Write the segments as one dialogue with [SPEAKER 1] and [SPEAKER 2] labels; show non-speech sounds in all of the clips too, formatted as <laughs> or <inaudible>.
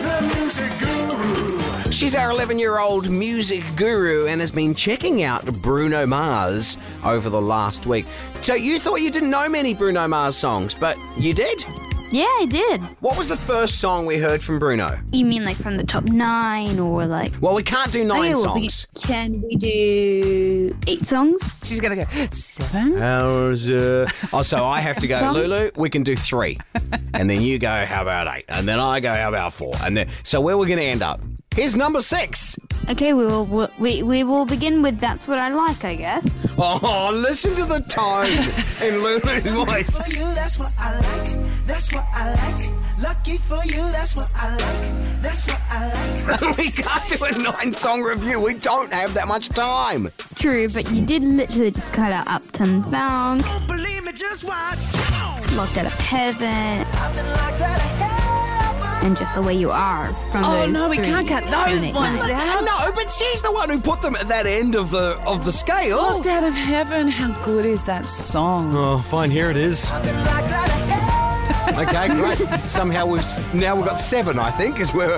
[SPEAKER 1] music guru.
[SPEAKER 2] She's our 11 year old music guru and has been checking out Bruno Mars over the last week. So, you thought you didn't know many Bruno Mars songs, but you did.
[SPEAKER 3] Yeah, I did.
[SPEAKER 2] What was the first song we heard from Bruno?
[SPEAKER 3] You mean like from the top nine or like.
[SPEAKER 2] Well, we can't do nine
[SPEAKER 3] Okay, well, Oh, we-
[SPEAKER 2] songs.
[SPEAKER 3] can we do eight songs?
[SPEAKER 4] She's going to go, seven?
[SPEAKER 2] <laughs> Oh, so I have to go, Lulu, we can do three. And then you go, how about eight? And then I go, how about four? And then, so where we're going to end up? Here's number six.
[SPEAKER 3] Okay, we will we, we will begin with That's What I Like, I guess.
[SPEAKER 2] Oh, listen to the tone in Lulu's voice.
[SPEAKER 5] for you, that's what I like. That's what I like. Lucky for you, that's what I like. That's what I
[SPEAKER 2] <laughs>
[SPEAKER 5] like.
[SPEAKER 2] we can't do a nine song review. We don't have that much time.
[SPEAKER 3] True, but you did literally just cut out Upton Funk,
[SPEAKER 5] Don't believe me, just watch.
[SPEAKER 3] Locked Out of Heaven,
[SPEAKER 5] I've been locked out of heaven.
[SPEAKER 3] and Just the Way You Are from
[SPEAKER 4] Oh,
[SPEAKER 3] those
[SPEAKER 4] no, we
[SPEAKER 3] three
[SPEAKER 4] can't cut those
[SPEAKER 3] Nick
[SPEAKER 4] ones
[SPEAKER 3] Knight.
[SPEAKER 4] out.
[SPEAKER 2] No, but she's the one who put them at that end of the of the scale.
[SPEAKER 4] Locked out of heaven. How good is that song?
[SPEAKER 2] Oh, fine. Here it is.
[SPEAKER 5] I've been locked out of heaven.
[SPEAKER 2] Okay, great. Somehow we've s- now we've got seven. I think is where.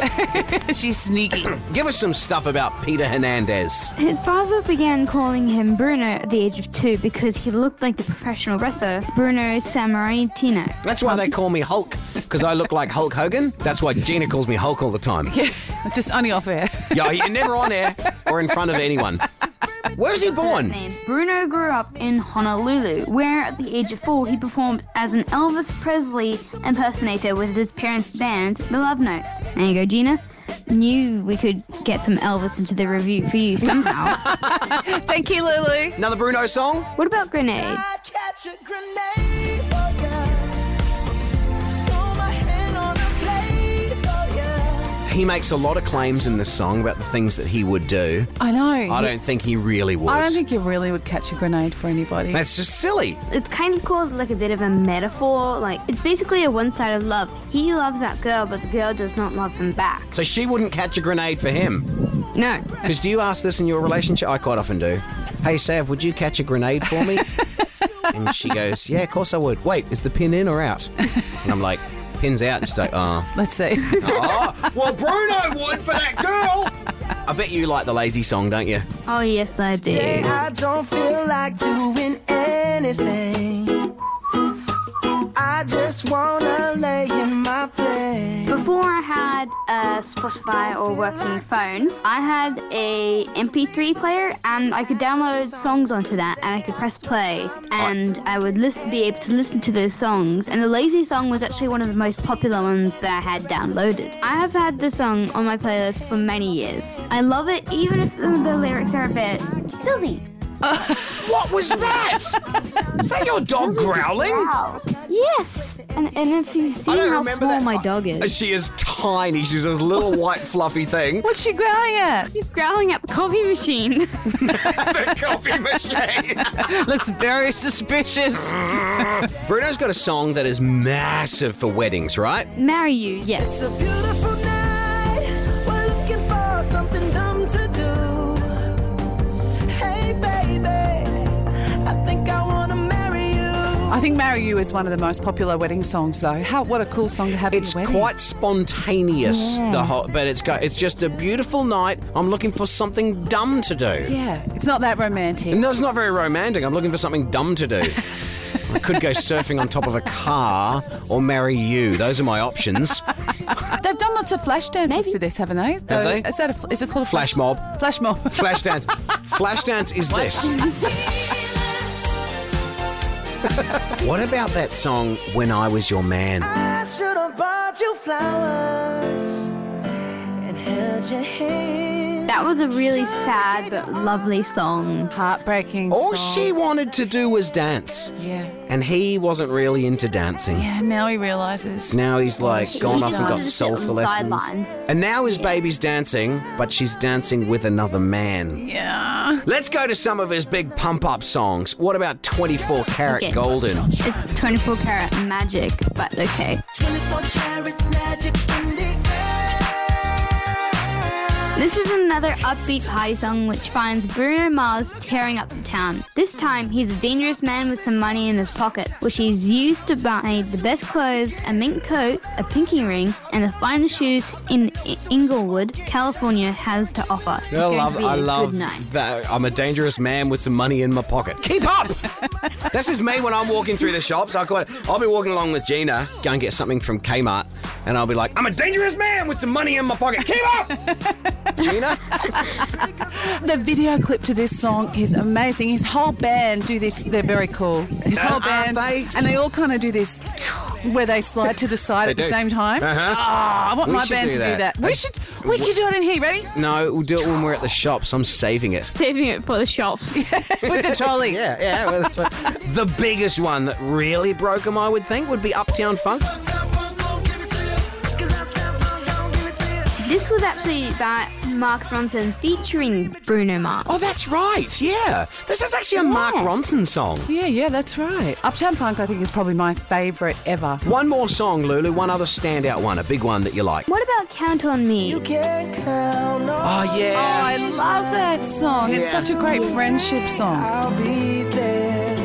[SPEAKER 4] <laughs> She's
[SPEAKER 2] <coughs>
[SPEAKER 4] sneaky.
[SPEAKER 2] Give us some stuff about Peter Hernandez.
[SPEAKER 3] His father began calling him Bruno at the age of two because he looked like the professional wrestler Bruno Sammartino.
[SPEAKER 2] That's why they call me Hulk because I look like Hulk Hogan. That's why Gina calls me Hulk all the time.
[SPEAKER 4] Just only
[SPEAKER 2] <laughs>
[SPEAKER 4] off air.
[SPEAKER 2] Yeah, you're never on air or in front of anyone. Where was he born?
[SPEAKER 3] Name. Bruno grew up in Honolulu, where at the age of four he performed as an Elvis Presley impersonator with his parents' band, The Love Notes. There you go, Gina. Knew we could get some Elvis into the review for you somehow.
[SPEAKER 4] Thank you, Lulu.
[SPEAKER 2] Another Bruno song?
[SPEAKER 3] what about Grenade?
[SPEAKER 5] I'd catch a grenade for ya. Throw my hand on a blade for ya.
[SPEAKER 2] He makes a lot of claims in this song about the things that he would do.
[SPEAKER 4] I know.
[SPEAKER 2] I don't think he really would.
[SPEAKER 4] I don't think you really would catch a grenade for anybody.
[SPEAKER 2] That's just silly.
[SPEAKER 3] It's kind of called like a bit of a metaphor. Like it's basically a one-sided love. He loves that girl, but the girl does not love him back.
[SPEAKER 2] So she wouldn't catch a grenade for him.
[SPEAKER 3] No.
[SPEAKER 2] Because do you ask this in your relationship? I quite often do. Hey, Sav, would you catch a grenade for <laughs> me? and she goes, Yeah, of course I would. Wait, is the pin in or out? And I'm like, Pin's out. And she's like, Oh.
[SPEAKER 4] Let's see. <laughs>
[SPEAKER 2] oh well, Bruno would for that girl. I bet you like the lazy song, don't you?
[SPEAKER 3] Oh yes, I do.
[SPEAKER 5] I don't feel like doing anything. I just wanna lay in my bed.
[SPEAKER 3] Before I had a Spotify or working phone, I had a MP3 player and I could download songs onto that and I could press play and I would listen, be able to listen to those songs. And the Lazy Song was actually one of the most popular ones that I had downloaded. I have had this song on my playlist for many years. I love it even if some of the lyrics are a bit silly.
[SPEAKER 2] What was that? Is that your dog growling?
[SPEAKER 3] Wow. Yes. And, and if you've
[SPEAKER 2] I
[SPEAKER 3] seen
[SPEAKER 2] don't
[SPEAKER 3] how
[SPEAKER 2] remember
[SPEAKER 3] small
[SPEAKER 2] that.
[SPEAKER 3] my dog is,
[SPEAKER 2] She is tiny. She's this little white fluffy thing. <laughs>
[SPEAKER 4] What's she growling at?
[SPEAKER 3] she's growling at the coffee machine. <laughs>
[SPEAKER 2] the coffee machine.
[SPEAKER 4] Looks very suspicious.
[SPEAKER 2] Bruno's got a song that is massive for weddings, right?
[SPEAKER 3] Marry you, yes.
[SPEAKER 5] It's a beautiful night. We're looking for something dumb to do. Hey, baby, I think I wanna marry you.
[SPEAKER 4] I think "Marry You" is one of the most popular wedding songs, though. How what a cool song to have
[SPEAKER 2] It's
[SPEAKER 4] at your wedding.
[SPEAKER 2] quite spontaneous, the whole, but it's got, it's just a beautiful night. I'm looking for something dumb to do.
[SPEAKER 4] yeah. It's not that romantic.
[SPEAKER 2] No, it's not very romantic. I'm looking for something dumb
[SPEAKER 4] <laughs>
[SPEAKER 2] to do. I could go surfing on top of a car or marry you. Those are my options.
[SPEAKER 4] They've done lots of flash dances
[SPEAKER 3] Maybe.
[SPEAKER 4] to this, haven't they? Have
[SPEAKER 2] they?
[SPEAKER 4] Is that a, fl- is it called a
[SPEAKER 2] Flash mob.
[SPEAKER 4] Flash mob.
[SPEAKER 2] Flashdance. Flashdance is this. what about that song, When I Was Your Man?
[SPEAKER 4] Ah,
[SPEAKER 5] I should have bought you flowers and held your hand.
[SPEAKER 3] That was a really sad but lovely song.
[SPEAKER 4] <laughs> Heartbreaking.
[SPEAKER 2] All
[SPEAKER 4] song.
[SPEAKER 2] she wanted to do was dance.
[SPEAKER 4] Yeah.
[SPEAKER 2] And he wasn't really into dancing.
[SPEAKER 4] Yeah. Now he realizes.
[SPEAKER 2] Now he's like gone off and got
[SPEAKER 3] just wanted to
[SPEAKER 2] salsa
[SPEAKER 3] sit on the
[SPEAKER 2] lessons.
[SPEAKER 3] sidelines.
[SPEAKER 2] And now his baby's dancing, but she's dancing with another man.
[SPEAKER 4] Yeah.
[SPEAKER 2] Let's go to some of his big pump up songs. What about 24 Karat
[SPEAKER 3] Okay.
[SPEAKER 2] Golden?
[SPEAKER 3] It's 24 karat magic, but okay.
[SPEAKER 5] 24 karat magic in the air.
[SPEAKER 3] This is another upbeat party song which finds Bruno Mars tearing up the town. This time, he's a dangerous man with some money in his pocket, which he's used to buy the best clothes, a mink coat, a pinky ring, and the finest shoes in I- Inglewood, California has to offer. It's
[SPEAKER 2] I
[SPEAKER 3] going
[SPEAKER 2] love,
[SPEAKER 3] to be
[SPEAKER 2] I
[SPEAKER 3] a
[SPEAKER 2] love
[SPEAKER 3] good night.
[SPEAKER 2] that. I'm a dangerous man with some money in my pocket. Keep up! <laughs> this is me when I'm walking through the shops. I got, I'll be walking along with Gina, go and get something from Kmart, and I'll be like, I'm a dangerous man with some money in my pocket. Keep up!
[SPEAKER 3] <laughs>
[SPEAKER 2] Gina?
[SPEAKER 4] The video clip to this song is amazing. His whole band do this. They're very cool. His whole
[SPEAKER 2] Aren't
[SPEAKER 4] band,
[SPEAKER 2] they?
[SPEAKER 4] and they all kind of do this, where they slide to the side at
[SPEAKER 2] do.
[SPEAKER 4] the same time.
[SPEAKER 2] Uh-huh.
[SPEAKER 4] Ah, I want
[SPEAKER 2] We
[SPEAKER 4] my
[SPEAKER 2] should
[SPEAKER 4] band
[SPEAKER 2] do
[SPEAKER 4] to do
[SPEAKER 2] that.
[SPEAKER 4] that. We should. We could do it in here. Ready?
[SPEAKER 2] No, we'll do it when we're at the shops. I'm saving it.
[SPEAKER 3] Saving it for
[SPEAKER 2] <laughs>
[SPEAKER 3] the shops.
[SPEAKER 4] <laughs> With the trolley.
[SPEAKER 2] Yeah, yeah. well, that's right. <laughs> the biggest one that really broke him, I would think, would be Uptown Funk.
[SPEAKER 3] this was actually by Mark Ronson featuring Bruno Mars.
[SPEAKER 2] Oh, that's right. Yeah. This is actually a Mark
[SPEAKER 3] Yeah.
[SPEAKER 2] Ronson song.
[SPEAKER 4] Yeah, yeah, that's right. Uptown Funk, I think, is probably my favourite ever.
[SPEAKER 2] One more song, Lulu. One other standout one, a big one that you like.
[SPEAKER 3] What about Count on Me?
[SPEAKER 5] Can't count on
[SPEAKER 2] Oh,
[SPEAKER 4] Oh,
[SPEAKER 2] yeah.
[SPEAKER 4] I love that song. It's
[SPEAKER 2] Yeah.
[SPEAKER 4] such a great friendship song.
[SPEAKER 5] I'll be there.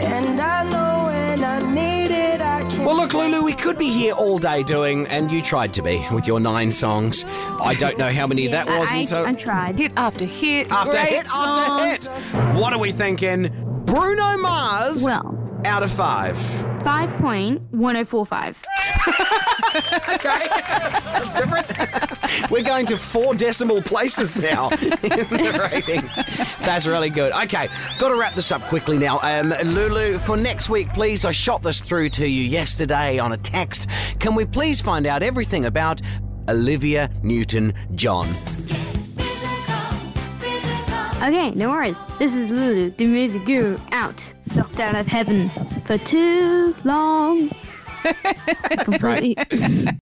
[SPEAKER 5] And I know when I need it, I can.
[SPEAKER 2] Well, look, Lulu, we could be here all day doing, and you tried to be with your nine songs. I don't know how many that was
[SPEAKER 3] I,
[SPEAKER 2] until
[SPEAKER 3] I, I tried.
[SPEAKER 4] Hit after hit,
[SPEAKER 2] after
[SPEAKER 4] great
[SPEAKER 2] hit
[SPEAKER 4] songs.
[SPEAKER 2] after hit. What are we thinking? Bruno Mars
[SPEAKER 3] Well,
[SPEAKER 2] out of five.
[SPEAKER 3] 5.1045.
[SPEAKER 2] Okay, that's different. We're going to four decimal places now <laughs> in the ratings. That's really good. Okay, got to wrap this up quickly now. Um, Lulu, for next week, please, I shot this through to you yesterday on a text. Can we please find out everything about Olivia Newton John?
[SPEAKER 3] Okay, no worries. This is Lulu, the music guru, out, locked out of heaven for too long. Completely.